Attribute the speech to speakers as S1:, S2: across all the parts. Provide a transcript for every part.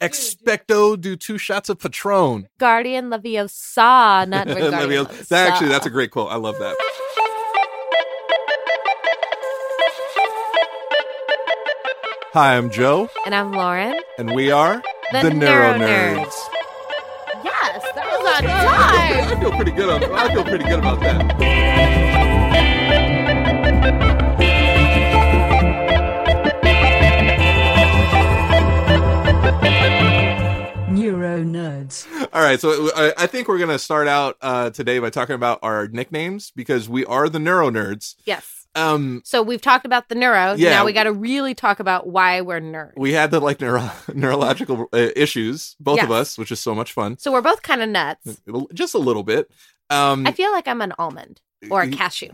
S1: Expecto do two shots of Patron.
S2: Guardian Leviosa, not Guardian
S1: Leviosa. That actually, that's a great quote. I love that. Hi, I'm Joe,
S2: And I'm Lauren.
S1: and we are
S2: The
S1: Neuro
S2: Neuro
S1: Nerds.
S2: Yes, that was on time.
S1: I feel pretty good. On, I feel pretty good about that.
S3: Neuro nerds.
S1: All right, so uh, I, I think we're gonna start out uh, today by talking about our nicknames because we are the Neuro Nerds.
S2: Yes.
S1: Um,
S2: So we've talked about the neuro.
S1: Yeah.
S2: Now we got to really talk about why we're nerds.
S1: we had the like neuro- neurological uh, issues, both of
S2: Yes.
S1: us, which is so much fun.
S2: so we're both kind of nuts.
S1: Just a little bit. Um,
S2: I feel like I'm an almond or a
S1: You-
S2: cashew.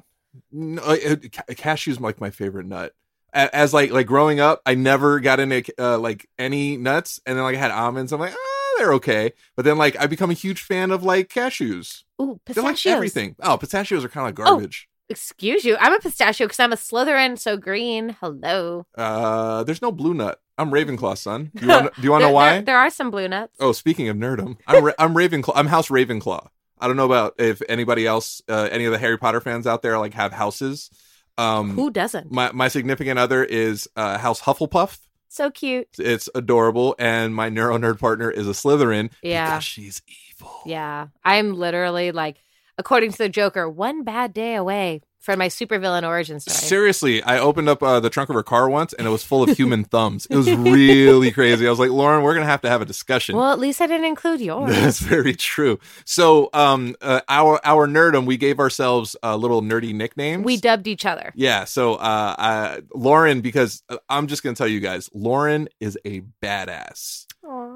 S1: No, uh, ca- cashews like my favorite nut. A- As like like growing up, I never got into uh, like any nuts, and then like I had almonds. I'm like, ah, they're okay. But then like I become a huge fan of like cashews.
S2: Ooh,
S1: They're like
S2: pistachios.
S1: everything. Oh, pistachios are kind of like garbage.
S2: Excuse you. I'm a pistachio because I'm a Slytherin, so green. Hello.
S1: Uh, there's no blue nut. I'm Ravenclaw, son. Do you, wanna, do you want to
S2: There-
S1: know why?
S2: There, there are some blue nuts.
S1: Oh, speaking of nerdum, I'm Ra- I'm Ravenclaw. I'm House Ravenclaw. I don't know about if anybody else, uh, any of the Harry Potter fans out there, like have houses. Um,
S2: Who doesn't?
S1: my my significant other is uh, House Hufflepuff.
S2: so cute.
S1: It's adorable, and my neuro nerd partner is a Slytherin.
S2: Yeah.
S1: because she's evil.
S2: Yeah. I'm literally like, according to the Joker, one bad day away from my supervillain origin story.
S1: Seriously, I opened up uh, the trunk of her car once, and it was full of human thumbs. It was really crazy. I was like, Lauren, we're gonna have to have a discussion.
S2: well, at least I didn't include yours.
S1: That's very true. So, um, uh, our our nerdum, we gave ourselves uh, little nerdy nicknames.
S2: we dubbed each other.
S1: Yeah, so uh, uh, Lauren, because uh, I'm just gonna tell you guys, Lauren is a badass.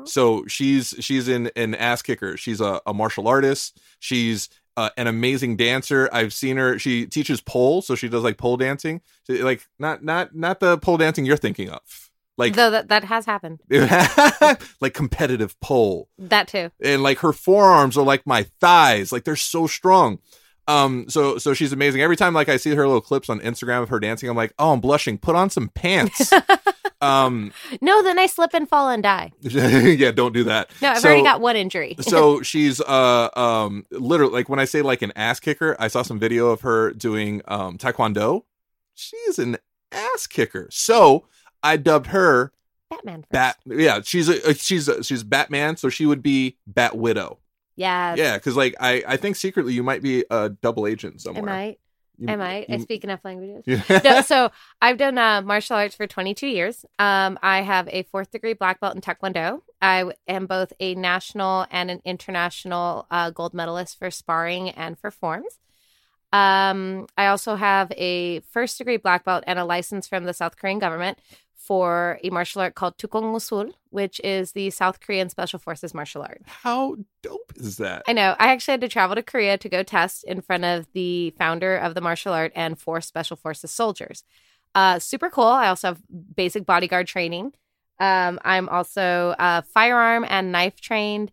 S1: So she's she's in an ass kicker. She's a, a martial artist. She's uh, an amazing dancer. I've seen her. She teaches pole, so she does like pole dancing. She- like not not not the pole dancing you're thinking of. Like
S2: Though that, that has happened.
S1: like competitive pole
S2: That too.
S1: and like her forearms are like my thighs like they're so strong um so so she's amazing every time like i see her little clips on instagram of her dancing i'm like oh i'm blushing put on some pants um
S2: No, then I slip and fall and die.
S1: yeah don't do that
S2: No, I've
S1: So-
S2: already got one injury.
S1: so she's uh um literally like when i say like an ass kicker i saw some video of her doing um taekwondo she's an ass kicker so i dubbed her
S2: Batman. First.
S1: bat yeah she's a she's a, she's batman so she would be bat widow
S2: Yes.
S1: Yeah, because like I, I think secretly you might be a double agent
S2: I
S1: somewhere.
S2: might.
S1: You-
S2: I might. I
S1: you-
S2: speak enough languages.
S1: Yeah.
S2: no, so I've done uh, martial arts for 22 years. Um, I have a fourth degree black belt in Taekwondo. I w- am both a national and an international uh, gold medalist for sparring and for forms. Um, I also have a first degree black belt and a license from the South Korean government for a martial art called Tukong Usul, which is the South Korean Special Forces martial art.
S1: How dope is that?
S2: I know. I actually had to travel to Korea to go test in front of the founder of the martial art and four special forces soldiers. Uh, super cool. I also have basic bodyguard training. Um, I'm also uh, firearm and knife trained.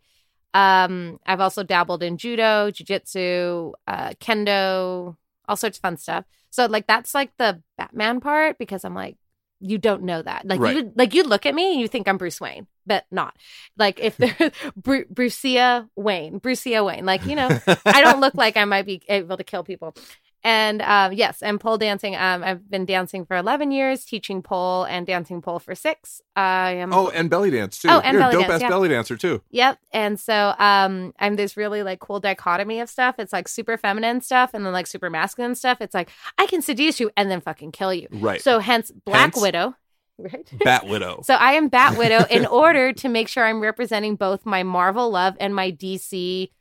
S2: Um, I've also dabbled in judo, jujitsu, uh, kendo, all sorts of fun stuff. So like that's like the Batman part because I'm like, you don't know that. Like
S1: Right.
S2: you like you look at me and you think I'm Bruce Wayne, but not. Like if there's Bru- Brucia Wayne, Brucia Wayne, like you know, I don't look like I might be able to kill people. And um, yes, and pole dancing. Um, I've been dancing for 11 years, teaching pole and dancing pole for six. I am
S1: Oh, and belly dance too.
S2: Oh, and
S1: You're
S2: belly
S1: a dope
S2: dance,
S1: ass
S2: yeah.
S1: belly dancer too.
S2: Yep. And so um I'm this really like cool dichotomy of stuff. It's like super feminine stuff and then like super masculine stuff. It's like I can seduce you and then fucking kill you.
S1: Right.
S2: So hence Black
S1: Hence-
S2: Widow. Right.
S1: Bat Widow.
S2: So I am Bat Widow in order to make sure I'm representing both my Marvel love and my DC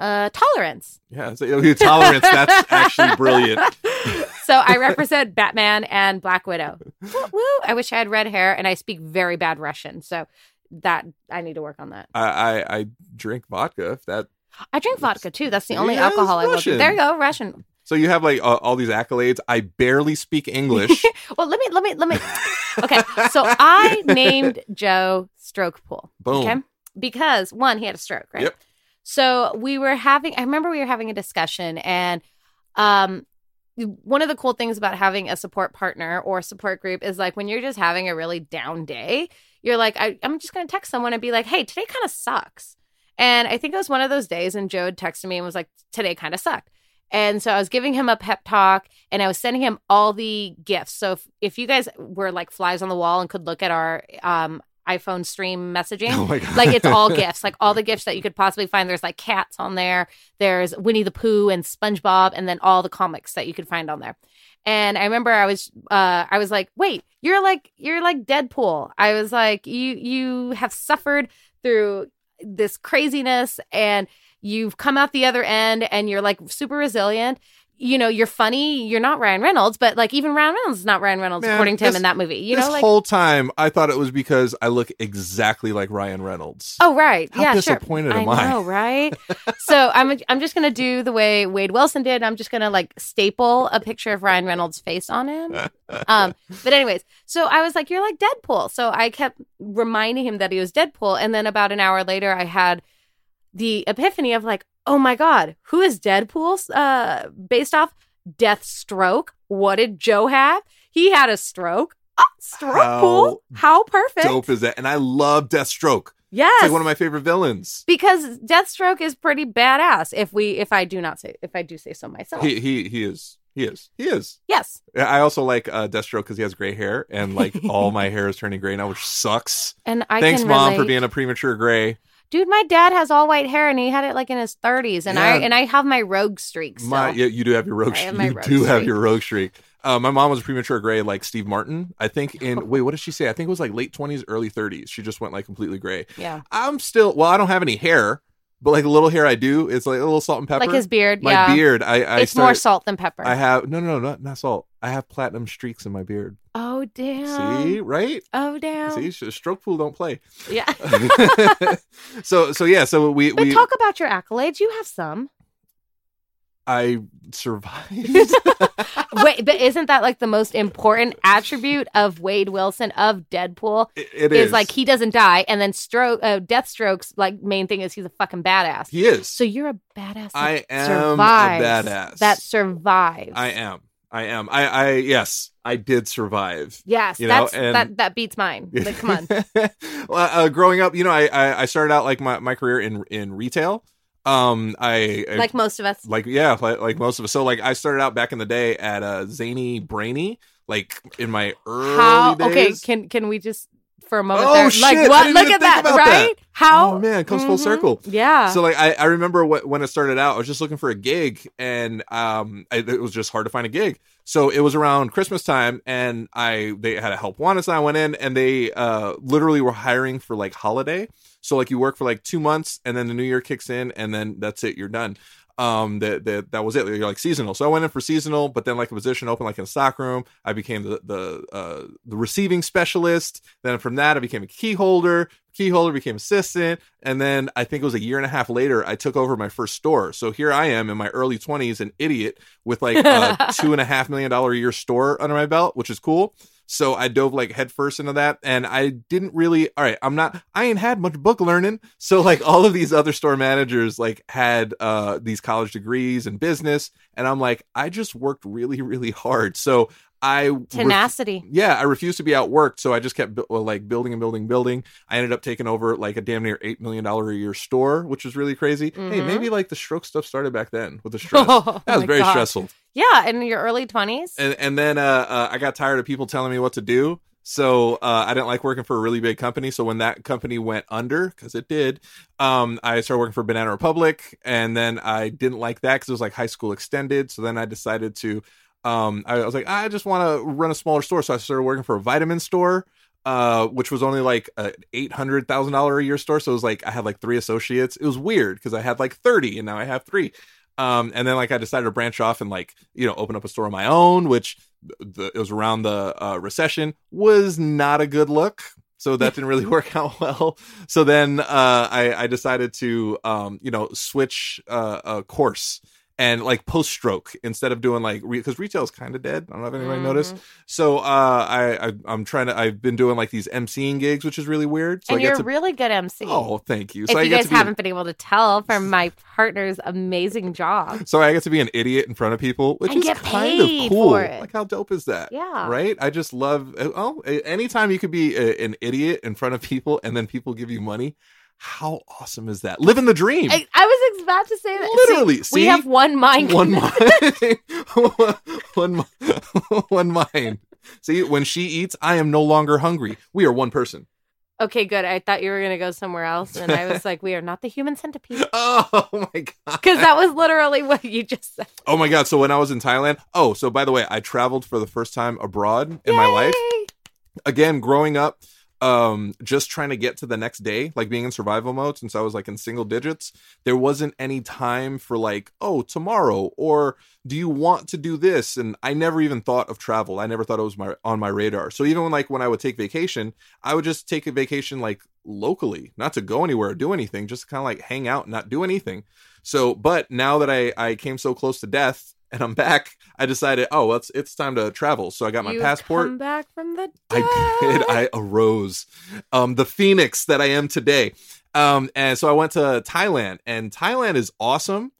S2: uh tolerance.
S1: yeah, so your tolerance. That's actually brilliant.
S2: so I represent Batman and Black Widow. Woo, woo. I wish I had red hair and I speak very bad Russian. So that I need to work on that.
S1: I, I I drink vodka. If that
S2: I drink vodka too. That's the only
S1: Yeah, it's
S2: alcohol I will
S1: Russian.
S2: drink. There you go, Russian.
S1: so, you have like uh, all these accolades. I barely speak English.
S2: Well, let me, let me, let me. Okay, so I named Joe Stroke Pool.
S1: Boom.
S2: Okay, because one, he had a stroke, right?
S1: Yep.
S2: So we were having. I remember we were having a discussion, and um, one of the cool things about having a support partner or support group is like when you're just having a really down day, you're like, I, I'm just going to text someone and be like, hey, today kind of sucks. And I think it was one of those days, and Joe had texted me and was like, today kind of sucked. And so I was giving him a pep talk and I was sending him all the gifts. So if, if you guys were like flies on the wall and could look at our um, iPhone stream messaging,
S1: Oh my God.
S2: like it's all gifts, like all the gifts that you could possibly find. There's like cats on there, there's Winnie the Pooh and SpongeBob, and then all the comics that you could find on there. And I remember I was uh I was like, "Wait, you're like you're like Deadpool." I was like, "You you have suffered through this craziness and you've come out the other end and you're like super resilient." You know, you're funny. You're not Ryan Reynolds, but like even Ryan Reynolds is not Ryan Reynolds
S1: Man,
S2: according to him
S1: this-
S2: in that movie. You
S1: this
S2: know, like
S1: whole time, I thought it was because I look exactly like Ryan Reynolds.
S2: Oh right,
S1: How
S2: yeah,
S1: disappointed
S2: sure.
S1: am I?
S2: I know, right? so I'm I'm just gonna do the way Wade Wilson did. I'm just gonna like staple a picture of Ryan Reynolds' face on him. Um, but anyways, so I was like, "You're like Deadpool." So I kept reminding him that he was Deadpool, and then about an hour later, I had the epiphany of like, "Oh my god, who is Deadpool?" Uh, based off Deathstroke. What did Joe have? He had a stroke. Oh, stroke
S1: How
S2: pool. How perfect.
S1: Dope is that? And I love Deathstroke.
S2: Yes.
S1: It's like one of my favorite villains.
S2: because Deathstroke is pretty badass. If we, if I do not say, if I do say so myself,
S1: He he he is he is he is.
S2: yes.
S1: I also like uh, Deathstroke because he has gray hair, and like all my hair is turning gray now, which sucks.
S2: And I
S1: Thanks,
S2: can
S1: mom,
S2: relate.
S1: for being a premature gray.
S2: dude. My dad has all white hair, and he had it like in his thirties, and I
S1: Yeah.
S2: and I have my rogue streak. Still.
S1: My, yeah, you do have your rogue.
S2: I have
S1: streak.
S2: my
S1: you
S2: rogue
S1: do have
S2: streak.
S1: your rogue streak. Uh, my mom was premature gray, like Steve Martin. I think in wait, what did she say? I think it was like late twenties, early thirties. She just went like completely gray.
S2: Yeah.
S1: I'm still well. I don't have any hair, but like the little hair I do, it's like a little salt and pepper.
S2: Like his beard.
S1: my
S2: yeah.
S1: beard. I, I
S2: it's more
S1: started-
S2: salt than pepper.
S1: I have no, no, no, not, not salt. I have platinum streaks in my beard.
S2: oh damn.
S1: See, right?
S2: Oh damn.
S1: See, sh- stroke pool don't play.
S2: Yeah.
S1: so, so yeah, so we
S2: But
S1: we
S2: talk about your accolades. You have some.
S1: I survived.
S2: Wait, but isn't that like the most important attribute of Wade Wilson of Deadpool?
S1: It- it
S2: is,
S1: is
S2: like he doesn't die, and then stroke, uh, Deathstroke's like main thing is he's a fucking badass.
S1: he is.
S2: So you're a badass. That
S1: I am a
S2: survives,
S1: badass.
S2: That survives.
S1: I am. I am. I. I yes. I did survive.
S2: Yes,
S1: You know,
S2: that's
S1: and-
S2: that. That beats mine. Like, come on.
S1: well, uh, growing up, you know, I, I I started out like my my career in in retail. Um, I, I
S2: like most of us.
S1: like yeah, like, like most of us. So like I started out back in the day at uh Zany Brainy, like in my early
S2: How?
S1: days.
S2: Okay, can can we just for a moment?
S1: Oh,
S2: there,
S1: shit, I
S2: Like
S1: didn't
S2: what?
S1: even
S2: Look at
S1: think
S2: that.
S1: about that.
S2: Right? How?
S1: Oh, man, it comes full
S2: Mhm.
S1: circle.
S2: Yeah.
S1: So like I, I remember what, when it started out, I was just looking for a gig, and um, I, it was just hard to find a gig. So it was around Christmas time, and I they had a help wanted sign. I went in, and they uh literally were hiring for like holiday. So like you work for like two months, and then the new year kicks in, and then that's it, you're done. um that that that was it you're like seasonal so i went in for seasonal but then like a position open like in stock room i became the the uh the receiving specialist then from that i became a key holder key holder became assistant and then i think it was a year and a half later i took over my first store so here i am in my early 20s an idiot with like a two and a half million dollar a year store under my belt which is cool so I dove like headfirst into that, and I didn't really. All right, I'm not. I ain't had much book learning, so like all of these other store managers like had uh, these college degrees in business, and I'm like, I just worked really, really hard. So I ref-
S2: Tenacity.
S1: yeah, I refused to be outworked, so I just kept bu- well, like building and building, building. I ended up taking over like a damn near eight million dollar a year store, which was really crazy. Hey,
S2: Mhm.
S1: maybe like the stroke stuff started back then with the stress. that was
S2: Oh my
S1: very
S2: God.
S1: stressful
S2: Yeah, in your early 20s.
S1: and and then uh, uh, I got tired of people telling me what to do. So uh, I didn't like working for a really big company. So when that company went under, because it did, um, I started working for Banana Republic, and then I didn't like that because it was like high school extended. So then I decided to, um, I was like, I just want to run a smaller store. So I started working for a vitamin store. Uh, which was only like an eight hundred thousand dollar a year store, so it was like I had like three associates. It was weird because I had like thirty, and now I have three um and then like i decided to branch off and like you know open up a store on my own which the, it was around the uh, recession was not a good look so that didn't really work out well so then uh i i decided to um you know switch uh a course and like post stroke instead of doing like because retail is kind of dead i don't know if
S2: Mm-hmm.
S1: anybody noticed so uh I, I i'm trying to i've been doing like these mc'ing gigs which is really weird so
S2: and
S1: i get
S2: you're
S1: to
S2: a really good MC.
S1: oh thank you
S2: if
S1: I
S2: you
S1: get
S2: guys
S1: to be an-
S2: haven't been able to tell from my partner's amazing job.
S1: So I get to be an idiot in front of people, which
S2: And
S1: is
S2: get
S1: kind of
S2: paid
S1: cool.
S2: for it.
S1: Like how dope is that?
S2: Yeah.
S1: Right? I just love oh, anytime you could be a, an idiot in front of people and then people give you money, how awesome is that? Living the dream.
S2: I, I was ex- about to say that.
S1: Literally,
S2: we
S1: see?
S2: have one mind.
S1: one mind. one mind. one mind. See, when she eats, I am no longer hungry. We are one person.
S2: okay, good. I thought you were gonna go somewhere else, and I was like, we are not the human centipede,
S1: Oh my god.
S2: because that was literally what you just said.
S1: Oh my god. So when I was in Thailand, oh, so by the way, I traveled for the first time abroad in my life.
S2: Yay!
S1: again growing up um just trying to get to the next day like being in survival mode since i was like in single digits there wasn't any time for like oh tomorrow or do you want to do this and i never even thought of travel i never thought it was my on my radar so even when like when i would take vacation i would just take a vacation like locally not to go anywhere or do anything just kind of like hang out and not do anything so but now that i i came so close to death and i'm back i decided oh well, it's it's time to travel so i got my
S2: You
S1: passport
S2: Come back from the dead.
S1: I did. I arose, um, the phoenix that I am today. Um, and so I went to Thailand, and Thailand is awesome,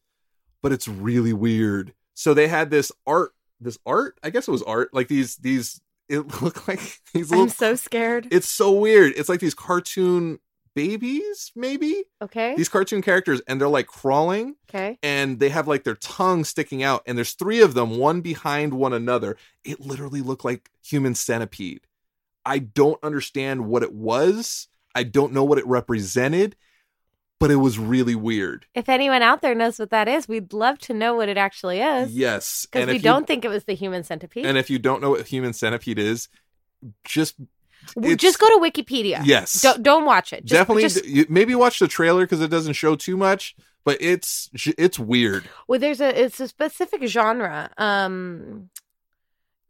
S1: but it's really weird. So they had this art, this art. I guess it was art. Like these, these. It looked like these little.
S2: I'm so scared.
S1: it's so weird. It's like these cartoon babies, maybe
S2: Okay.
S1: these cartoon characters, and they're like crawling,
S2: Okay.
S1: and they have like their tongue sticking out, and there's three of them, one behind one another. It literally looked like human centipede. I don't understand what it was. I don't know what it represented, but it was really weird.
S2: If anyone out there knows what that is, we'd love to know what it actually is.
S1: Yes,
S2: Because we
S1: if you-
S2: don't think it was the human centipede.
S1: And if you don't know what human centipede is, just
S2: W-
S1: it's-
S2: just go to Wikipedia.
S1: Yes.
S2: Don't, don't watch it. Just-
S1: definitely
S2: just-
S1: you- maybe watch the trailer because it doesn't show too much. But it's it's weird.
S2: well, there's a it's a specific genre. Um,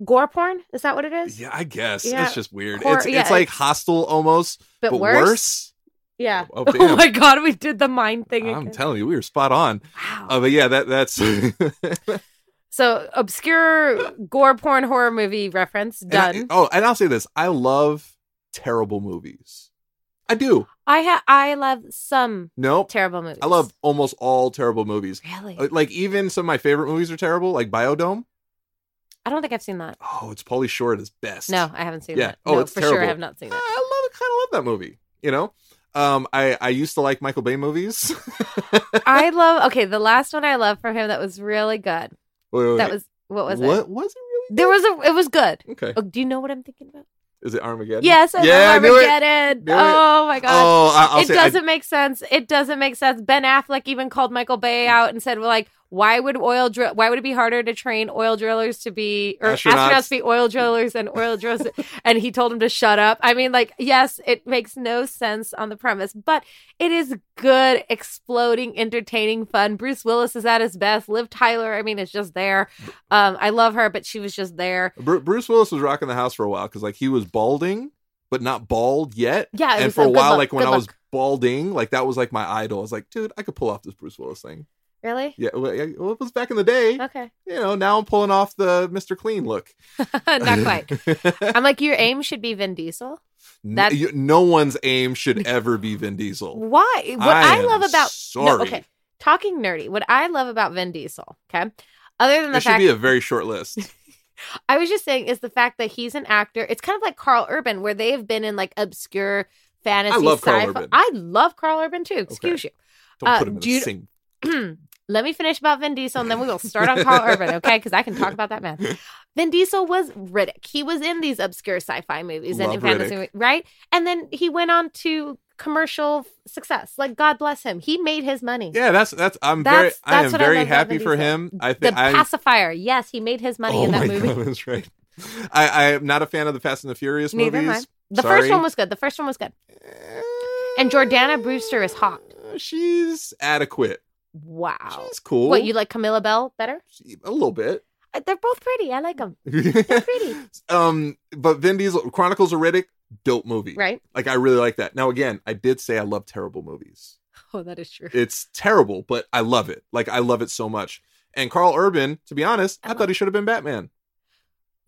S2: gore porn is that what it is?
S1: Yeah, I guess
S2: Yeah.
S1: it's just weird.
S2: Horror-
S1: it's
S2: yeah,
S1: it's like
S2: it's-
S1: hostile almost,
S2: but
S1: but,
S2: worse?
S1: worse.
S2: Yeah.
S1: Oh,
S2: Oh,
S1: damn.
S2: my god, we did the mind thing.
S1: I'm
S2: again.
S1: telling you, we were spot on.
S2: Wow.
S1: Uh, but yeah, that that's
S2: so obscure gore porn horror movie reference
S1: And I-
S2: done.
S1: oh, and I'll say this: I love terrible movies. I do.
S2: I ha- I love some
S1: Nope.
S2: terrible movies.
S1: I love almost all terrible movies.
S2: really.
S1: Uh, Like even some of my favorite movies are terrible, like Biodome.
S2: I don't think I've seen that.
S1: Oh, it's Paulie Shore at his best.
S2: No, I haven't seen
S1: Yeah.
S2: that.
S1: Oh,
S2: no,
S1: it's
S2: for sure I
S1: terrible.
S2: have not seen
S1: I
S2: that.
S1: love kind of love that movie. You know, um, I I used to like Michael Bay movies. wait,
S2: I love okay, the last one I loved from him that was really good.
S1: wait, wait.
S2: That was what was
S1: what
S2: it?
S1: was it really?
S2: There was a it was good.
S1: Okay,
S2: Oh, do you know what I'm thinking about?
S1: is it Armageddon?
S2: Yes, I
S1: yeah,
S2: love
S1: I knew it.
S2: Armageddon.
S1: Knew it.
S2: Oh my god.
S1: Oh, I, will
S2: it
S1: say, I-
S2: doesn't make sense. It doesn't make sense. Ben Affleck even called Michael Bay out and said, "Well, like, Why would oil drill? Why would it be harder to train oil drillers to be or
S1: Astronauts.
S2: astronauts, to be oil drillers and oil drillers? and he told him to shut up. I mean, like, yes, it makes no sense on the premise, but it is good, exploding, entertaining fun. Bruce Willis is at his best. Liv Tyler, I mean, is just there. Um, I love her, but she was just there.
S1: Bru- Bruce Willis was rocking the house for a while because like he was balding, but not bald yet.
S2: Yeah, it
S1: and
S2: was
S1: for a
S2: a good
S1: while,
S2: look,
S1: like when
S2: good
S1: I was
S2: look.
S1: balding, like that was like my idol. I was like, dude, I could pull off this Bruce Willis thing.
S2: Really?
S1: Yeah, well, yeah, well, it was back in the day.
S2: Okay,
S1: You know, now I'm pulling off the Mr. Clean look.
S2: not quite. I'm like, your aim should be Vin Diesel.
S1: N-
S2: That's-
S1: you- no one's aim should ever be Vin Diesel.
S2: Why? What
S1: I
S2: I,
S1: am
S2: love about
S1: sorry.
S2: okay, talking nerdy. What I love about Vin Diesel, okay, other than the
S1: It should
S2: fact
S1: be a very short list.
S2: I was just saying is the fact that he's an actor. It's kind of like Carl Urban, where they have been in like obscure fantasy.
S1: love Carl
S2: sci-fi.
S1: Urban.
S2: I love Carl Urban too. Excuse
S1: Don't
S2: Uh,
S1: put him in the
S2: Jude-
S1: same.
S2: you. Let me finish about Vin Diesel, and then we will start on Carl Urban, okay? Because I can talk about that man. Vin Diesel was Riddick. He was in these obscure sci-fi movies
S1: Love
S2: and in fantasy,
S1: Riddick.
S2: movies, right? And then he went on to commercial success. Like God bless him, he made his money.
S1: Yeah, that's that's. I'm very.
S2: That's-
S1: I
S2: that's
S1: am
S2: what I
S1: very
S2: love about
S1: happy
S2: Vin
S1: for
S2: Diesel.
S1: him. I
S2: the
S1: think I.
S2: pacifier. Yes, he made his money
S1: oh
S2: in
S1: my
S2: that movie.
S1: God, that's right. I, I am not a fan of the Fast and the Furious
S2: Neither am I.
S1: movies.
S2: The
S1: Sorry.
S2: first one was good. The first one was good. And Jordana Brewster is hot.
S1: Eh, She's adequate.
S2: Wow.
S1: She's cool.
S2: What you like Camilla Bell better?
S1: A little bit.
S2: Uh, They're both pretty. I like them.
S1: pretty. Um, but Vin Diesel Chronicles of Riddick, dope movie.
S2: Right?
S1: Like I really like that. Now again, I did say I love terrible movies.
S2: Oh, that is true.
S1: It's terrible, but I love it. Like I love it so much. And Carl Urban, to be honest, I,
S2: I
S1: thought he should have been Batman.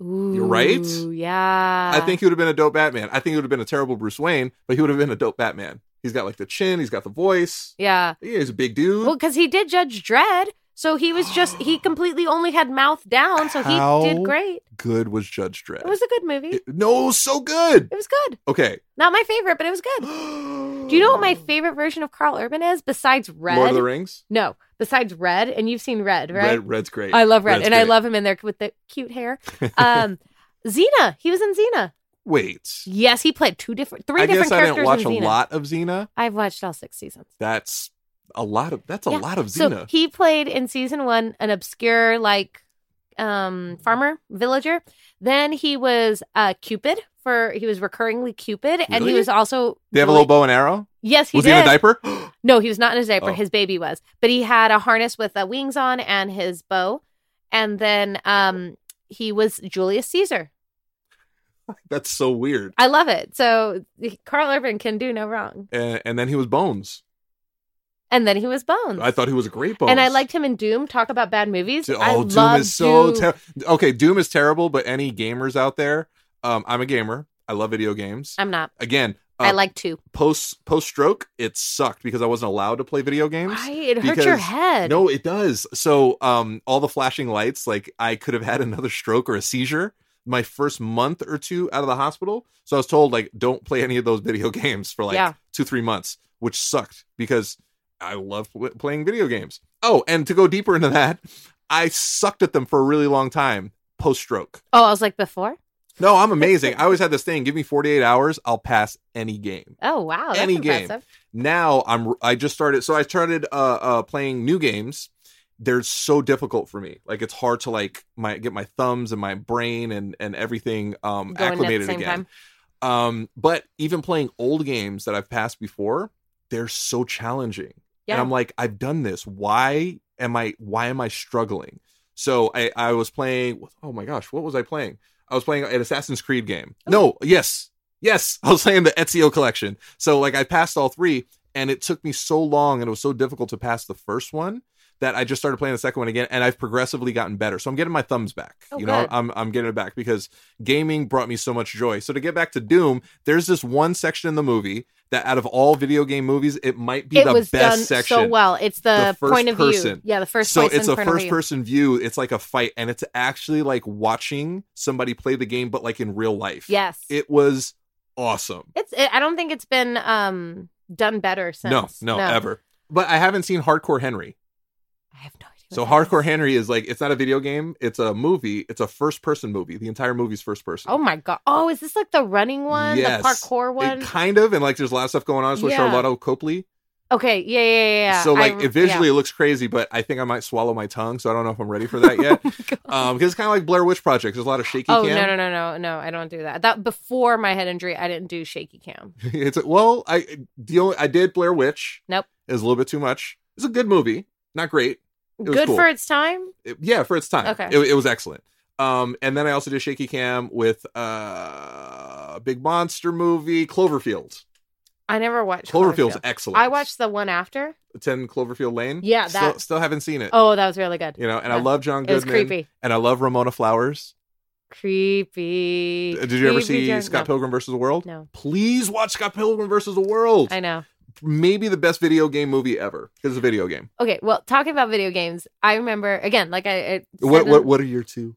S2: Ooh,
S1: right.
S2: Yeah.
S1: I think he would have been a dope Batman. I think he would have been a terrible Bruce Wayne, but he would have been a dope Batman. He's got like the chin, he's got the voice.
S2: Yeah.
S1: Yeah, he's a big dude.
S2: Well, because he did Judge Dredd, so he was just he completely only had mouth down, so he
S1: How
S2: did great.
S1: good was Judge Dredd.
S2: It was a good movie. It,
S1: It- no, it was so good.
S2: was good.
S1: Okay.
S2: Not my favorite, but it was good. Do you know what my favorite version of Carl Urban is besides Red?
S1: Lord of the Rings?
S2: No, besides Red, and you've seen Red, right?
S1: Red, Red's great.
S2: I love Red,
S1: Red's
S2: and I
S1: great.
S2: love him in there with the cute hair. Um, Xena, he was in Xena.
S1: Wait.
S2: Yes, he played two different, three
S1: I
S2: different
S1: guess I
S2: characters
S1: didn't watch a
S2: in Xena.
S1: lot of Xena.
S2: I've watched all six seasons.
S1: That's a lot of that's a
S2: Yeah.
S1: lot of
S2: So
S1: Xena.
S2: he played in season one an obscure like um farmer villager. Then he was uh Cupid for he was recurringly Cupid, and
S1: Really?
S2: he was also
S1: they have a
S2: really-
S1: little bow and arrow?
S2: Yes, he
S1: was
S2: did.
S1: he in a diaper?
S2: No, he was not in his diaper.
S1: Oh.
S2: His baby was, but he had a harness with uh, wings on and his bow, and then um he was Julius Caesar.
S1: that's so weird.
S2: I love it. So Carl Urban can do no wrong.
S1: And, and then he was Bones.
S2: And then he was Bones.
S1: I thought he was a great Bones.
S2: and I liked him in Doom. Talk about bad movies.
S1: Dude,
S2: I
S1: Oh, Doom
S2: love
S1: is so
S2: Doom.
S1: terrible. Okay, Doom is terrible, but any gamers out there, um, I'm a gamer. I love video games.
S2: I'm not.
S1: Again, uh,
S2: I like two.
S1: post post stroke, it sucked because I wasn't allowed to play video games.
S2: Right? It hurts your
S1: because-
S2: head.
S1: No, it does. So, um, all the flashing lights, like I could have had another stroke or a seizure my first month or two out of the hospital. So I was told like don't play any of those video games for like
S2: Yeah.
S1: two three months, which sucked because I love pl- playing video games. Oh, and to go deeper into that, I sucked at them for a really long time post stroke.
S2: Oh, I was like before.
S1: No, I'm amazing. I always had this thing. Give me 48 hours, I'll pass any game
S2: Oh wow, that's
S1: any game.
S2: impressive.
S1: Now I'm I just started so I started uh, uh playing new games. They're so difficult for me. Like it's hard to like my get my thumbs and my brain and and everything um
S2: Going at the
S1: acclimated
S2: same
S1: again. Um but even playing old games that I've passed before, they're so challenging. And
S2: Yeah.
S1: I'm like, I've done this. Why am I why am I struggling? So I I was playing oh my gosh, what was I playing? I was playing an Assassin's Creed game. No, yes. Yes, I was playing the Ezio collection. So like I passed all three and it took me so long and it was so difficult to pass the first one that I just started playing the second one again and I've progressively gotten better. So I'm getting my thumbs back.
S2: Oh,
S1: you know,
S2: good.
S1: I'm I'm getting it back because gaming brought me so much joy. So to get back to Doom, there's this one section in the movie that out of all video game movies, it might be
S2: it
S1: the
S2: was
S1: best
S2: done
S1: section
S2: so well. It's the,
S1: first
S2: point of
S1: person.
S2: view. Yeah, the first.
S1: so
S2: person
S1: it's a
S2: point of
S1: first
S2: view.
S1: person view it's like a fight and it's actually like watching somebody play the game but like in real life
S2: Yes,
S1: it was awesome
S2: it's. It, I don't think it's been um done better since.
S1: no no ever but i haven't seen hardcore henry
S2: I have no idea.
S1: so
S2: what that
S1: hardcore
S2: is.
S1: henry is like it's not a video game it's a movie it's a first person movie the entire movie's first person
S2: Oh my god. Oh, is this like the running one?
S1: Yes.
S2: The parkour
S1: It
S2: one?
S1: kind of and like there's a lot of stuff going on it's with
S2: Yeah.
S1: charlotte copley
S2: Okay. Yeah. Yeah. Yeah. yeah.
S1: so like
S2: I-
S1: it visually it looks crazy, but I think I might swallow my tongue, so I don't know if I'm ready for that yet. um, because it's kind of like Blair Witch Project. There's a lot of shaky
S2: yeah. Oh
S1: cam.
S2: no no no no no! I don't do that. That before my head injury, I didn't do shaky cam.
S1: it's well, I the only I did Blair Witch.
S2: Nope.
S1: It was a little bit too much. It's a good movie, not great. It was
S2: Good
S1: cool.
S2: for its time.
S1: It- yeah, for its time.
S2: Okay.
S1: It, it was excellent. Um, and then I also did shaky cam with uh big monster movie Cloverfield.
S2: I never watched
S1: Cloverfield's
S2: Cloverfield.
S1: excellent.
S2: I watched the one after.
S1: Ten Cloverfield Lane.
S2: Yeah,
S1: still,
S2: that-
S1: still haven't seen it.
S2: Oh, that was really good.
S1: you know, and I
S2: yeah.
S1: love John
S2: It was
S1: Goodman.
S2: creepy.
S1: And I love Ramona Flowers.
S2: Creepy.
S1: Uh, Did you ever
S2: Creepy
S1: see
S2: John-
S1: Scott
S2: no.
S1: Pilgrim versus the World?
S2: No.
S1: Please watch Scott Pilgrim versus the World.
S2: I know.
S1: Maybe the best video game movie ever. 'Cause It's a video game.
S2: Okay. Well, talking about video games, I remember again, like I. I
S1: What
S2: said
S1: what
S2: on-
S1: what are your two?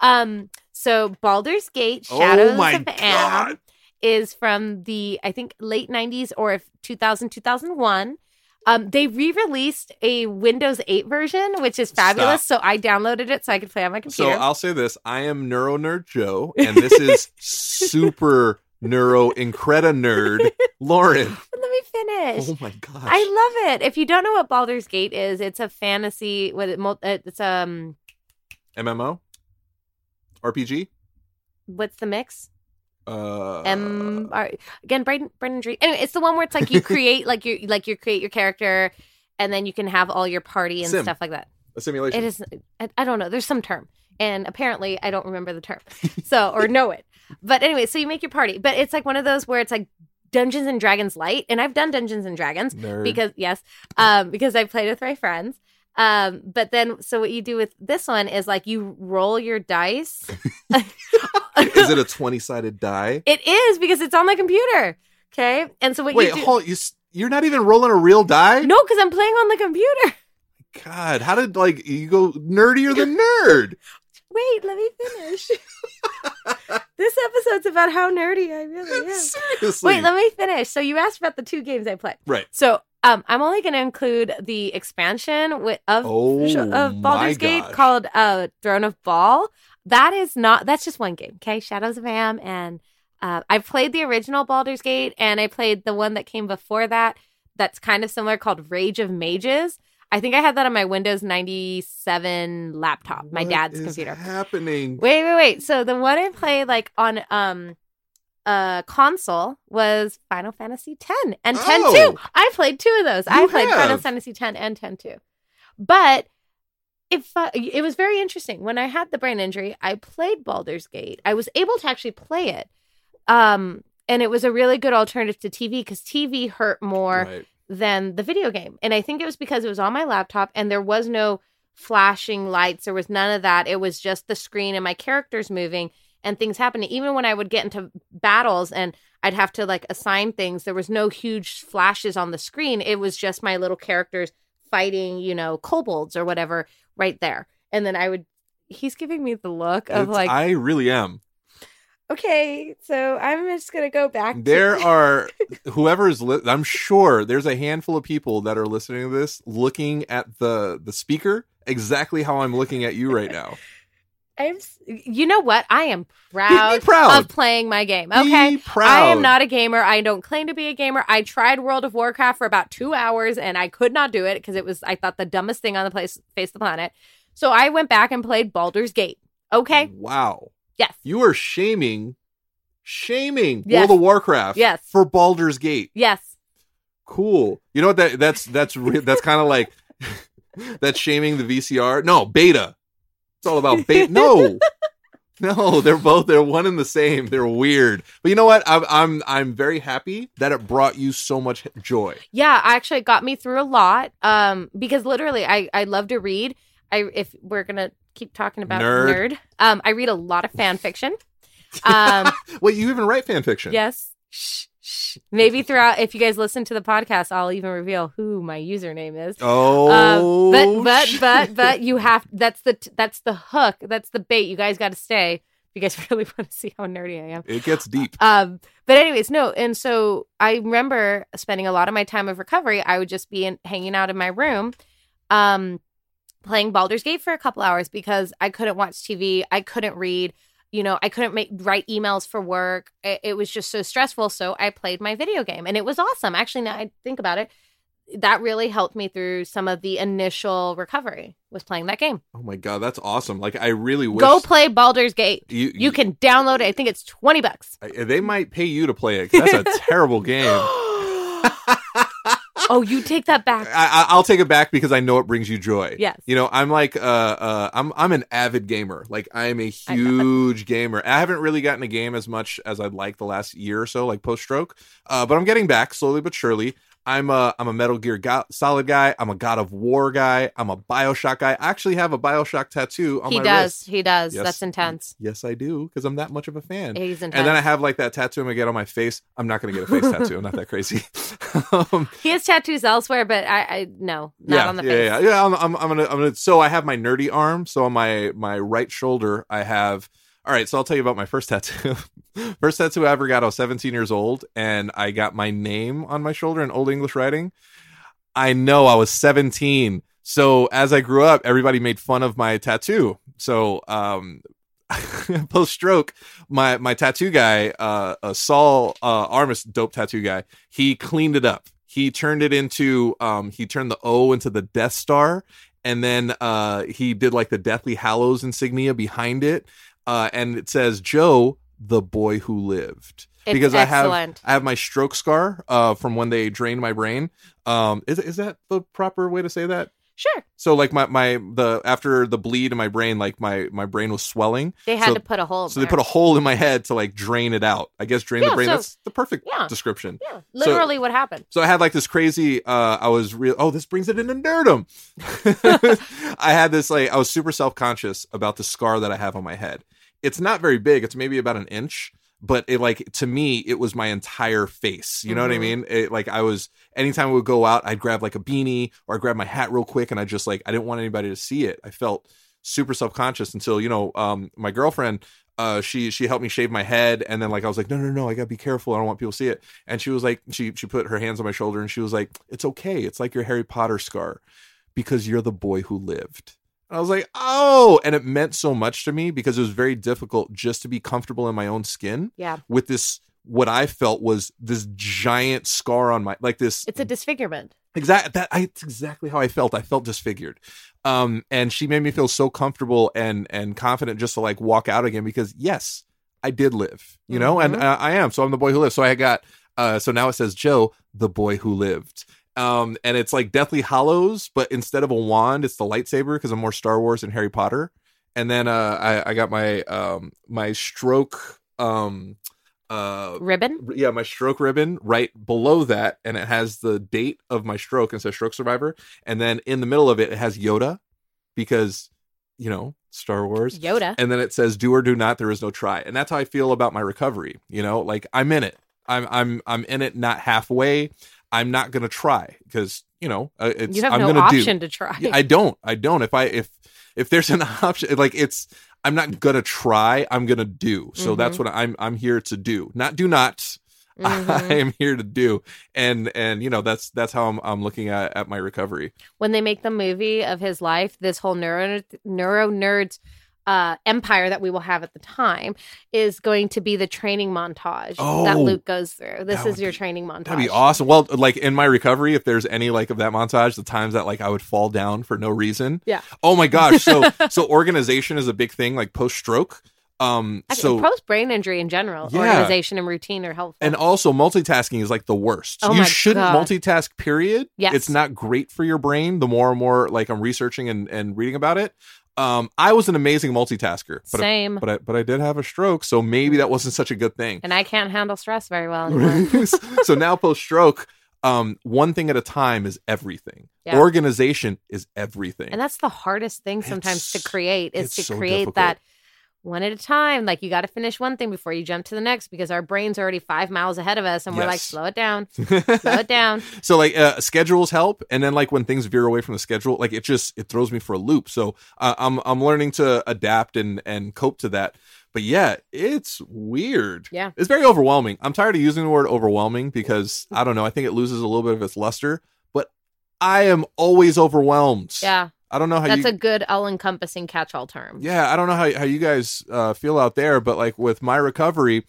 S2: Um. So Baldur's Gate:
S1: Oh
S2: Shadows
S1: my
S2: of
S1: God.
S2: Am is from the I think late '90s or if 2000 2001. Um, they re-released a Windows 8 version, which is fabulous. So I downloaded it so I could play on my
S1: So
S2: computer.
S1: I'll say this: I am neuro nerd Joe, and this is super neuro increda nerd Lauren.
S2: But Let me finish.
S1: Oh my gosh!
S2: I love it. If you don't know what Baldur's Gate is, it's a fantasy. What it, mul- uh, it's um,
S1: MMO, RPG,
S2: what's the mix?
S1: uh,
S2: M R again, Brendan Brendan Dre. Anyway, it's the one where it's like you create like you like you create your character, and then you can have all your party and
S1: Sim.
S2: stuff like that.
S1: a simulation.
S2: It is. I, I don't know. There's some term, and apparently I don't remember the term, so or know it. But anyway, so you make your party, but it's like one of those where it's like Dungeons and Dragons light, and I've done Dungeons and Dragons.
S1: nerd.
S2: because yes um because i played with my friends um but then so what you do with this one is like you roll your dice
S1: is it a twenty sided die?
S2: it is because it's on my computer okay and so what
S1: Wait,
S2: you do
S1: hold you. s- You're not even rolling a real die.
S2: no because i'm playing on the computer
S1: God, how did like you go nerdier than nerd?
S2: wait let me finish this episode's about how nerdy i really am
S1: Seriously.
S2: wait let me finish so you asked about the two games i played
S1: right.
S2: so um, I'm only going to include the expansion wi- of
S1: Oh
S2: of
S1: my
S2: Baldur's Gate
S1: gosh.
S2: called uh, Throne of Ball. That is not. That's just one game. Okay, Shadows of Am, and uh, I played the original Baldur's Gate, and I played the one that came before that. That's kind of similar, called Rage of Mages. I think I had that on my Windows 97 laptop, my
S1: What
S2: dad's
S1: is
S2: computer.
S1: Happening.
S2: Wait, wait, wait. So the one I played like on um uh console was Final Fantasy X and X
S1: Oh.
S2: two. I played two of those. I
S1: You
S2: played Final
S1: have.
S2: Fantasy X and X two. But if uh, it was very interesting when I had the brain injury, I played Baldur's Gate. I was able to actually play it. Um and it was a really good alternative to TV because TV hurt more
S1: Right.
S2: than the video game. And I think it was because it was on my laptop and there was no flashing lights, there was none of that. It was just the screen and my characters moving and things happening. Even when I would get into battles and I'd have to like assign things, there was no huge flashes on the screen. It was just my little characters fighting, you know, kobolds or whatever right there. And then I would he's giving me the look of
S1: It's-
S2: like
S1: I really am.
S2: okay, so I'm just going to go back to-
S1: There are whoever is. Li- I'm sure there's a handful of people that are listening to this, looking at the the speaker exactly how I'm looking at you right now.
S2: I'm. s- You know what? I am proud,
S1: proud.
S2: of playing my game.
S1: Be
S2: Okay, I
S1: proud.
S2: am not a gamer. I don't claim to be a gamer. I tried World of Warcraft for about two hours and I could not do it because it was I thought the dumbest thing on the place face of the planet. So I went back and played Baldur's Gate. Okay,
S1: Mm. Wow.
S2: yes,
S1: You are shaming, shaming
S2: Yes.
S1: World of Warcraft.
S2: Yes.
S1: For Baldur's Gate.
S2: yes.
S1: Cool. You know what? That that's that's re- that's kind of like that's shaming the VCR. No, beta. It's all about beta. No. No, they're both they're one and the same. They're weird, but you know what? I'm I'm I'm very happy that it brought you so much joy.
S2: Yeah, actually, it got me through a lot. Um, because literally, I I love to read. I if we're gonna keep talking about
S1: Nerd.
S2: nerd, um, I read a lot of fan fiction. Um.
S1: Wait, you even write fan fiction?
S2: Yes. Shh, shh. Maybe throughout, if you guys listen to the podcast, I'll even reveal who my username is.
S1: Oh,
S2: Um, but but
S1: shit.
S2: but but you have that's the that's the hook that's the bait. You guys got to stay. if You guys really want to see how nerdy I am.
S1: it gets deep.
S2: Um, but anyways, no. And so I remember spending a lot of my time of recovery. I would just be in, hanging out in my room, um, playing Baldur's Gate for a couple hours because I couldn't watch TV. I couldn't read. you know, I couldn't make write emails for work. It, it was just so stressful. So I played my video game, and it was awesome. Actually, now I think about it, that really helped me through some of the initial recovery. Was playing that game.
S1: Oh my god, that's awesome! Like I really wish
S2: Go play Baldur's Gate.
S1: You-
S2: You,
S1: you-
S2: can download it. I think it's twenty bucks.
S1: I- they might pay you to play it. 'cause That's a terrible game. I,
S2: Oh, you take that back.
S1: I, I'll take it back because I know it brings you joy.
S2: Yes.
S1: You know, I'm like, uh, uh, I'm I'm an avid gamer. Like I'm a huge gamer. I haven't really gotten a game as much as I'd like the last year or so, like post stroke. Uh, but I'm getting back slowly but surely. I'm a I'm a Metal Gear Go- Solid guy. I'm a God of War guy. I'm a Bioshock guy. I actually have a Bioshock tattoo on
S2: he
S1: my
S2: does.
S1: wrist.
S2: He does.
S1: Yes.
S2: That's intense.
S1: Yes, I do, because I'm that much of a fan.
S2: He's intense.
S1: And then I have like that tattoo I'm gonna get on my face. I'm not gonna get a face tattoo. I'm not that crazy. um,
S2: he has tattoos elsewhere, but I, I no, not
S1: yeah,
S2: on the
S1: yeah,
S2: face.
S1: yeah, yeah. I'm, I'm, I'm gonna, I'm gonna. So I have my nerdy arm. So on my my right shoulder, I have. All right, so I'll tell you about my first tattoo. first tattoo I ever got. I was 17 years old, and I got my name on my shoulder in Old English writing. I know I was 17. So as I grew up, everybody made fun of my tattoo. So um post stroke, my my tattoo guy, uh, uh Saul uh Armis, dope tattoo guy, he cleaned it up. He turned it into um he turned the O into the Death Star and then uh he did like the Deathly Hallows insignia behind it. Uh and it says Joe, the boy who lived.
S2: It's
S1: because I have
S2: excellent.
S1: I have my stroke scar uh, from when they drained my brain. Um, is is that the proper way to say that?
S2: Sure,
S1: So like my my the after the bleed in my brain, like my my brain was swelling.
S2: they had
S1: So-
S2: to put a hole. in
S1: So they
S2: there.
S1: put a hole in my head to like drain it out. I guess drain the
S2: Yeah,
S1: brain.
S2: so-
S1: That's the perfect
S2: yeah.
S1: description.
S2: Yeah, literally what happened.
S1: So I had like this crazy. Uh, I was real. Oh, this brings it into nerdum. I had this like I was super self conscious about the scar that I have on my head. It's not very big. It's maybe about an inch, but it like to me it was my entire face. You know what I
S2: Mhm.
S1: mean? It, like I was anytime we would go out, I'd grab like a beanie or I would grab my hat real quick, and I just like I didn't want anybody to see it. I felt super self conscious until you know um, my girlfriend. Uh, she she helped me shave my head, and then like I was like, no no no, I gotta be careful. I don't want people to see it. And she was like, she she put her hands on my shoulder, and she was like, it's okay. It's like your Harry Potter scar, because you're the boy who lived. And I was like, oh, and it meant so much to me because it was very difficult just to be comfortable in my own skin
S2: Yeah,
S1: with this what I felt was this giant scar on my like this
S2: it's a disfigurement.
S1: Exactly. That I, it's exactly how I felt. I felt disfigured. Um, and she made me feel so comfortable and and confident just to like walk out again because yes, I did live. You know, and uh, I am. So I'm the boy who lived. So I got. Uh, so now it says Joe, the boy who lived. Um, and it's like Deathly Hollows, but instead of a wand, it's the lightsaber because I'm more Star Wars and Harry Potter. And then uh, I, I got my um my stroke um uh
S2: Ribbon.
S1: yeah, my stroke ribbon right below that, and it has the date of my stroke and says stroke survivor. And then in the middle of it, it has Yoda because, you know, Star Wars.
S2: Yoda.
S1: And then it says do or do not, there is no try. And that's how I feel about my recovery. You know, like I'm in it. I'm I'm I'm in it not halfway. I'm not gonna try because you know uh, it's
S2: You have
S1: I'm
S2: no
S1: gonna
S2: option
S1: do.
S2: to try.
S1: I don't. I don't. If I if if there's an option, like it's I'm not gonna try. I'm gonna do. So that's what I'm I'm here to do. Not do not. I am here to do. And and you know that's that's how I'm I'm looking at at my recovery.
S2: when they make the movie of his life, this whole neuro neuro nerds uh, empire that we will have at the time is going to be the training montage that
S1: Oh.
S2: Luke goes through. This
S1: That
S2: is
S1: would
S2: your
S1: be-
S2: training montage.
S1: That'd be awesome. Well, like in my recovery, if there's any like of that montage, the times that like I would fall down for no reason.
S2: Yeah.
S1: Oh my gosh. So so organization is a big thing, like post stroke. Um so
S2: post brain injury in general,
S1: Yeah.
S2: organization and routine are helpful.
S1: and also multitasking is like the worst.
S2: Oh
S1: you
S2: my
S1: shouldn't
S2: God.
S1: multitask. Period.
S2: Yes.
S1: it's not great for your brain. The more and more like I'm researching and, and reading about it, um, I was an amazing multitasker. But I,
S2: Same.
S1: but I but I did have a stroke, so maybe that wasn't such a good thing.
S2: and I can't handle stress very well. anymore.
S1: so now post stroke, um, one thing at a time is everything.
S2: Yeah.
S1: Organization is everything.
S2: and that's the hardest thing sometimes to
S1: It's-
S2: create is
S1: it's
S2: to
S1: so
S2: create
S1: difficult.
S2: that one at a time. Like you got to finish one thing before you jump to the next because our brain's already five miles ahead of us, and we're like,
S1: Yes.
S2: slow it down, slow it down.
S1: so like uh, schedules help and then like when things veer away from the schedule like it just it throws me for a loop so uh, i'm i'm learning to adapt and and cope to that but yeah it's weird
S2: Yeah.
S1: it's very overwhelming i'm tired of using the word overwhelming because i don't know i think it loses a little bit of its luster but i am always overwhelmed
S2: Yeah.
S1: I don't know how
S2: That's
S1: you
S2: a good all-encompassing catch-all term.
S1: yeah i don't know how, how you guys uh, feel out there but like with my recovery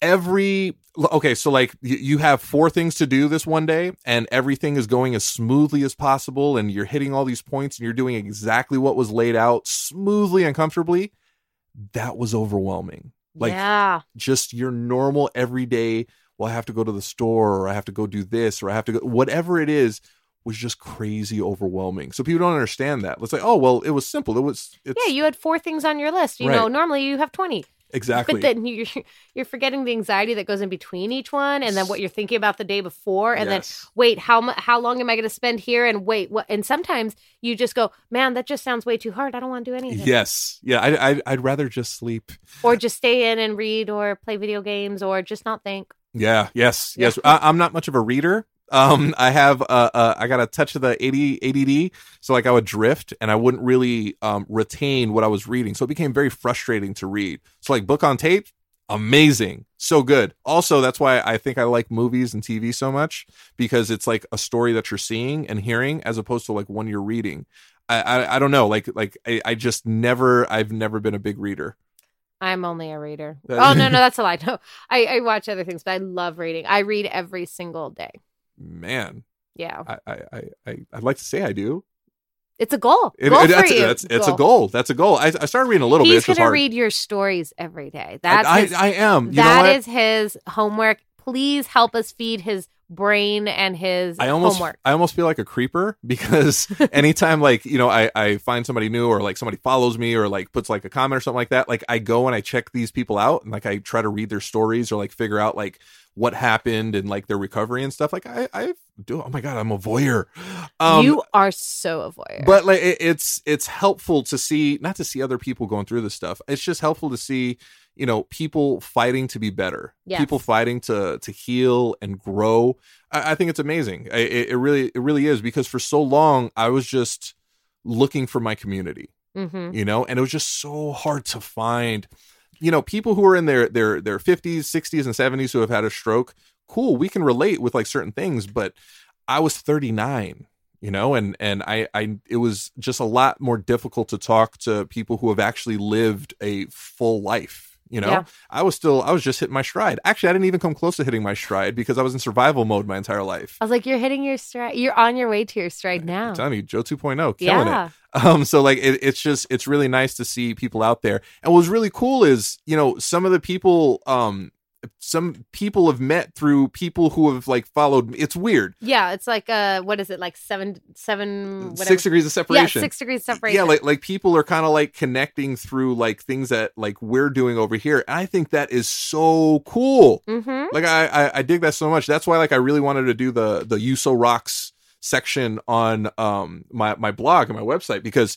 S1: every okay so like you, you have four things to do this one day and everything is going as smoothly as possible and you're hitting all these points and you're doing exactly what was laid out smoothly and comfortably that was overwhelming like
S2: yeah.
S1: just your normal everyday well i have to go to the store or i have to go do this or i have to go whatever it is was just crazy overwhelming so people don't understand that let's say oh well it was simple it was it's
S2: Yeah, you had four things on your list. You
S1: Right.
S2: know, normally you have 20.
S1: Exactly.
S2: But then you're you're forgetting the anxiety that goes in between each one, and then what you're thinking about the day before, and
S1: Yes.
S2: then wait, how mu- how long am I going to spend here? And wait, what? And sometimes you just go, man, that just sounds way too hard. I don't want to do anything.
S1: yes. Yeah. I, I, I'd rather just sleep.
S2: Or just stay in and read, or play video games, or just not think.
S1: Yeah. Yes. Yes. I, I'm not much of a reader. Um, I have, uh, uh, I got a touch of the AD, ADD. So like I would drift and I wouldn't really, um, retain what I was reading. So it became very frustrating to read. So like book on tape, amazing. So good. Also, that's why I think I like movies and TV so much because it's like a story that you're seeing and hearing as opposed to like one you're reading. I, I, I don't know. Like, like I, I just never, I've never been a big reader.
S2: I'm only a reader.
S1: That-
S2: oh no, no, that's a lie. No, I, I watch other things, but I love reading. I read every single day.
S1: Man.
S2: Yeah,
S1: I, I, I, I- I'd like to say I do.
S2: it's a goal.
S1: It-
S2: goal
S1: it-
S2: for
S1: that's,
S2: you.
S1: that's- it's a goal. That's a goal. I, I started reading a little bit.
S2: He's
S1: It's just
S2: gonna
S1: hard.
S2: read your stories every day. That's
S1: I,
S2: his
S1: I, I am. Um, You know
S2: That
S1: what?
S2: is his homework. Please help us feed his brain and his
S1: I almost,
S2: homework.
S1: I almost feel like a creeper because anytime like you know I, I find somebody new or like somebody follows me or like puts like a comment or something like that, like I go and I check these people out and like I try to read their stories or like figure out like what happened and like their recovery and stuff. Like I, I do. Oh my god, I'm a voyeur. Um,
S2: you are so a voyeur.
S1: but like it, it's it's helpful to see not to see other people going through this stuff it's just helpful to see you know people fighting to be better
S2: Yes.
S1: people fighting to to heal and grow i, I think it's amazing I, it, it really it really is because for so long i was just looking for my community
S2: hmm
S1: you know and it was just so hard to find you know people who are in their their their 50s 60s and 70s who have had a stroke cool we can relate with like certain things but i was 39 you know and and i i it was just a lot more difficult to talk to people who have actually lived a full life you know
S2: Yeah.
S1: i was still i was just hitting my stride actually i didn't even come close to hitting my stride because i was in survival mode my entire life
S2: I was like, you're hitting your stride. You're on your way to your stride now.
S1: I'm telling you, Joe 2.0, killing
S2: Oh. Yeah.
S1: it. Um, so like it, it's just it's really nice to see people out there. And what's really cool is you know some of the people, um, some people have met through people who have like followed. It's weird.
S2: Yeah, it's like uh, what is it like seven, seven, whatever.
S1: Six degrees of separation.
S2: Yeah, six degrees separation.
S1: Yeah, like like people are kind of like connecting through like things that like we're doing over here. And I think that is so cool.
S2: hmm
S1: Like I, I I dig that so much. That's why like I really wanted to do the the you so rocks section on um my my blog and my website because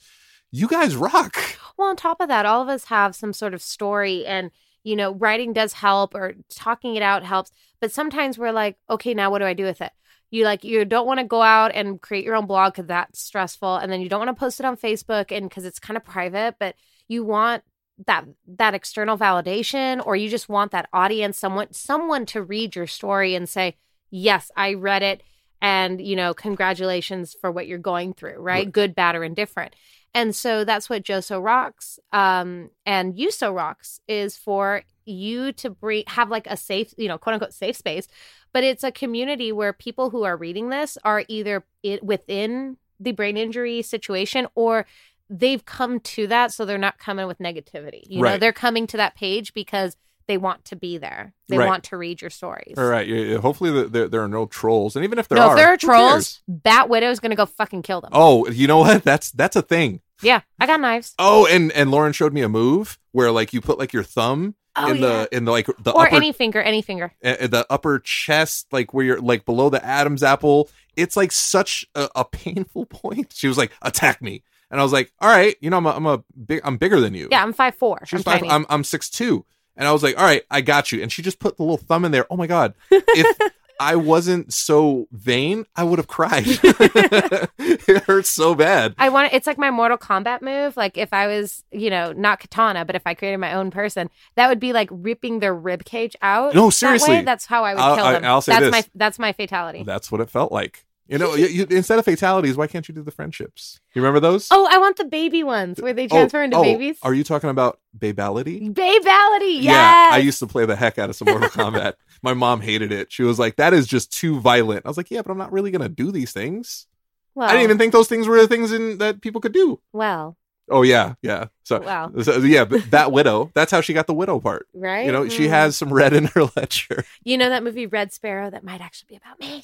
S1: you guys rock.
S2: Well, on top of that, all of us have some sort of story, and you know, writing does help, or talking it out helps. But sometimes we're like, okay, now what do I do with it? You like, you don't want to go out and create your own blog because that's stressful, and then you don't want to post it on Facebook, and because it's kind of private. But you want that that external validation, or you just want that audience, someone someone to read your story and say, yes, I read it. And you know, congratulations for what you're going through, right? Good, bad, or indifferent. And so that's what Joso Rocks um, and You So Rocks is for you to bring have like a safe, you know, quote unquote safe space, but it's a community where people who are reading this are either it, within the brain injury situation or they've come to that, so they're not coming with negativity. You know,
S1: Right.
S2: they're coming to that page because they want to be there. They
S1: Right.
S2: want to read your stories.
S1: All right. yeah, yeah, Hopefully there, there, there are no trolls, and even if there
S2: no,
S1: are,
S2: if there are
S1: who
S2: trolls,
S1: cares?
S2: Bat Widow's gonna go fucking kill them.
S1: Oh, you know what? That's that's a thing.
S2: Yeah, I got knives.
S1: Oh, and and Lauren showed me a move where like you put like your thumb
S2: Oh,
S1: in the in the like the
S2: Or
S1: upper
S2: any finger, any finger.
S1: uh, the upper chest, like where you're like below the Adam's apple. It's like such a, a painful point. She was like, "Attack me," and I was like, "All right, you know, I'm a, I'm a big, I'm bigger than you."
S2: Yeah, I'm five four.
S1: she's
S2: I'm
S1: five.
S2: tiny.
S1: I'm I'm six two, and I was like, "All right, I got you." And she just put the little thumb in there. Oh my god! If I wasn't so vain, I would have cried. it hurts so bad.
S2: I want it's like my Mortal Kombat move. Like if I was, you know, not katana, but if I created my own person, that would be like ripping their rib cage out.
S1: No,
S2: That
S1: seriously.
S2: way, that's how I would
S1: I'll-
S2: kill
S1: I-
S2: them.
S1: I'll say
S2: that's
S1: this.
S2: my that's my fatality.
S1: That's what it felt like. You know, you, you, instead of fatalities, why can't you do the friendships? You remember those?
S2: Oh, I want the baby ones where they
S1: Oh,
S2: transfer into
S1: oh,
S2: babies.
S1: Are you talking about babality?
S2: Babality, yes.
S1: Yeah, I used to play the heck out of some Mortal Kombat. My mom hated it. She was like, "That is just too violent." I was like, "Yeah, but I'm not really gonna do these things.
S2: well,
S1: I didn't even think those things were the things in, that people could do."
S2: Well,
S1: Oh yeah, yeah. So,
S2: Wow.
S1: so yeah, but that widow. That's how she got the widow part.
S2: right?
S1: You know, she
S2: Mm.
S1: has some red in her ledger.
S2: You know that movie Red Sparrow that might actually be about me.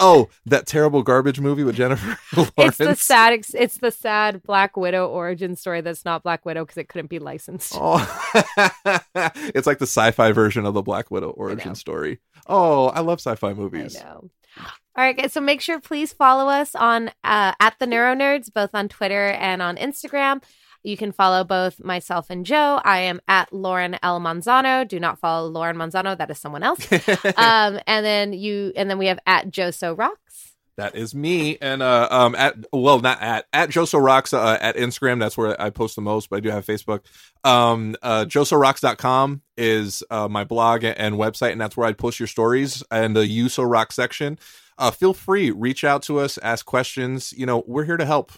S1: oh, that terrible garbage movie with Jennifer Lawrence.
S2: It's the sad. ex- It's the sad Black Widow origin story that's not Black Widow because it couldn't be licensed.
S1: Oh. it's like the sci-fi version of the Black Widow
S2: know.
S1: origin story. Oh, I love sci-fi movies.
S2: I know. All right, guys. So make sure, please follow us on uh, at the Neuronerds, both on Twitter and on Instagram. You can follow both myself and Joe. I am at Lauren L Manzano. Do not follow Lauren Manzano; that is someone else. um, and then you, and then we have at Joe So Rocks.
S1: That is me, and uh, um, at well, not at at Joso Rocks uh, at Instagram. That's where I post the most, but I do have Facebook. Um, uh, JosoRocks.com is uh, my blog and website, and that's where I post your stories and the You So Rock section. Uh, feel free, reach out to us, ask questions. You know, we're here to help.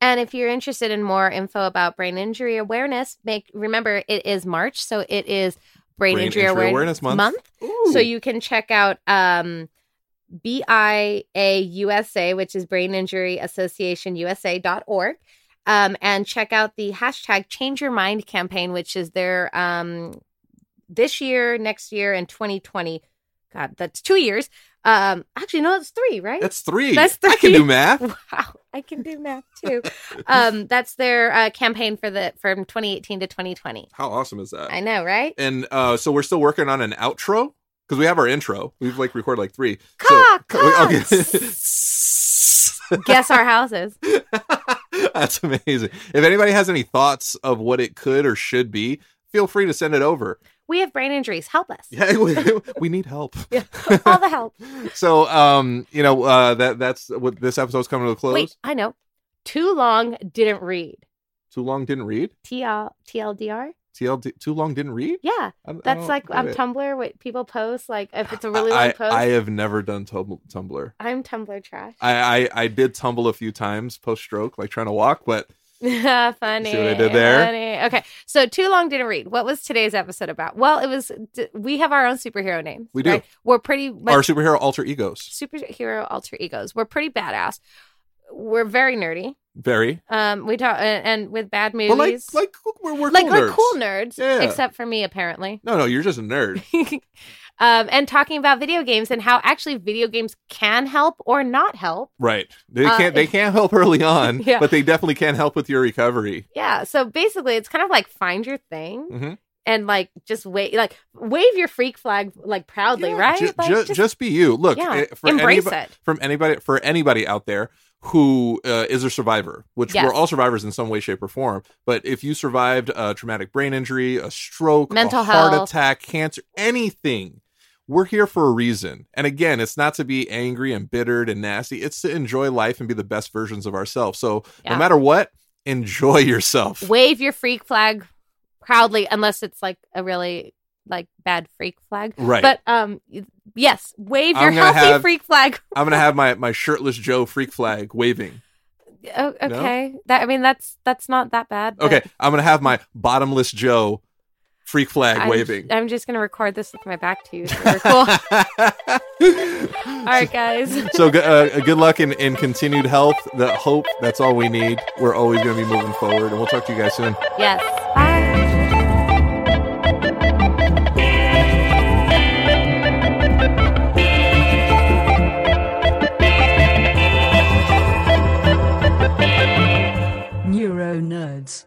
S2: And if you're interested in more info about brain injury awareness, make remember it is March, so it is Brain,
S1: Brain
S2: Injury,
S1: Injury
S2: Aware-
S1: Awareness Month.
S2: month. So you can check out um, BIAUSA, which is Brain Injury Association USA.org, um, and check out the hashtag Change Your Mind campaign, which is their um, this year, next year, and 2020. God, that's two years. Um, actually, no, that's three, right?
S1: that's three.
S2: That's
S1: I can
S2: three.
S1: do math.
S2: Wow, I can do math too. um, that's their uh, campaign for the from 2018 to 2020.
S1: How awesome is that?
S2: I know, right?
S1: and uh, so we're still working on an outro because we have our intro. We've like recorded like three.
S2: Cock,
S1: so,
S2: cock.
S1: okay.
S2: Guess our houses.
S1: That's amazing. If anybody has any thoughts of what it could or should be, feel free to send it over.
S2: We have brain injuries. Help us.
S1: Yeah, we, we need help.
S2: Yeah. All the help.
S1: So, um, you know, uh, that that's what this episode's coming to a close.
S2: Wait, I know. Too long didn't read.
S1: Too long didn't read.
S2: TL, TLDR?
S1: TLD. Too long didn't read.
S2: Yeah.
S1: I- I
S2: That's
S1: don't
S2: like
S1: get
S2: on
S1: it.
S2: Tumblr, what people post. Like, if it's a really long
S1: I,
S2: post,
S1: I
S2: I,
S1: have never done Tum- Tumblr.
S2: am Tumblr trash.
S1: I, I I did tumble a few times post stroke, like trying to walk, but
S2: funny.
S1: See what I did there?
S2: funny. Okay. So, too long didn't read. What was today's episode about? Well, it was, d- we have our own superhero names.
S1: We do.
S2: right? We're pretty much
S1: our superhero alter egos.
S2: superhero alter egos. We're pretty badass. We're very nerdy.
S1: Very.
S2: Um, we talk, and, and with bad movies.
S1: But like like we're, we're
S2: like
S1: cool
S2: we're
S1: nerds.
S2: cool nerds,
S1: Yeah.
S2: except for me apparently.
S1: No, no, you're just a nerd.
S2: um, and talking about video games and how actually video games can help or not help.
S1: Right. They
S2: Uh,
S1: can't they can't help early on,
S2: Yeah.
S1: but they definitely can help with your recovery.
S2: Yeah. So basically, it's kind of like find your thing
S1: Mhm.
S2: and like just wait, like wave your freak flag like proudly, right?
S1: Ju- ju-
S2: like,
S1: just, be you. Look,
S2: yeah,
S1: eh, for
S2: embrace
S1: anybo-
S2: it.
S1: from anybody for anybody out there who uh, is a survivor, which
S2: Yes.
S1: we're all survivors in some way, shape, or form. But if you survived a traumatic brain injury, a stroke,
S2: Mental
S1: a heart
S2: health.
S1: attack, cancer, anything, we're here for a reason. And again, it's not to be angry and bittered and nasty. It's to enjoy life and be the best versions of ourselves. So
S2: Yeah.
S1: no matter what, enjoy yourself.
S2: Wave your freak flag proudly, unless it's like a really like bad freak flag.
S1: Right.
S2: But um, y- yes, wave
S1: I'm
S2: your
S1: gonna
S2: healthy
S1: have-
S2: freak flag.
S1: I'm gonna have my my shirtless Joe freak flag waving.
S2: Oh,
S1: No?
S2: okay. That I mean, that's that's not that bad. but-
S1: Okay, I'm gonna have my bottomless Joe freak flag
S2: I'm,
S1: waving.
S2: I'm just gonna record this with my back to you. So we're cool. All right, guys.
S1: so go- uh, good luck in, in continued health, the hope. That's all we need. We're always gonna be moving forward, and we'll talk to you guys soon.
S2: Yes. Bye.
S3: Neuro nerds.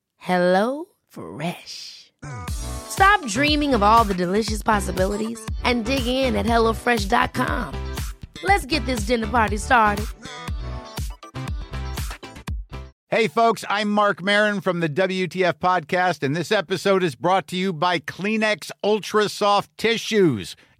S4: Hello Fresh. Stop dreaming of all the delicious possibilities and dig in at HelloFresh.com. Let's get this dinner party started.
S1: Hey, folks, I'm Mark Marin from the WTF Podcast, and this episode is brought to you by Kleenex Ultra Soft Tissues,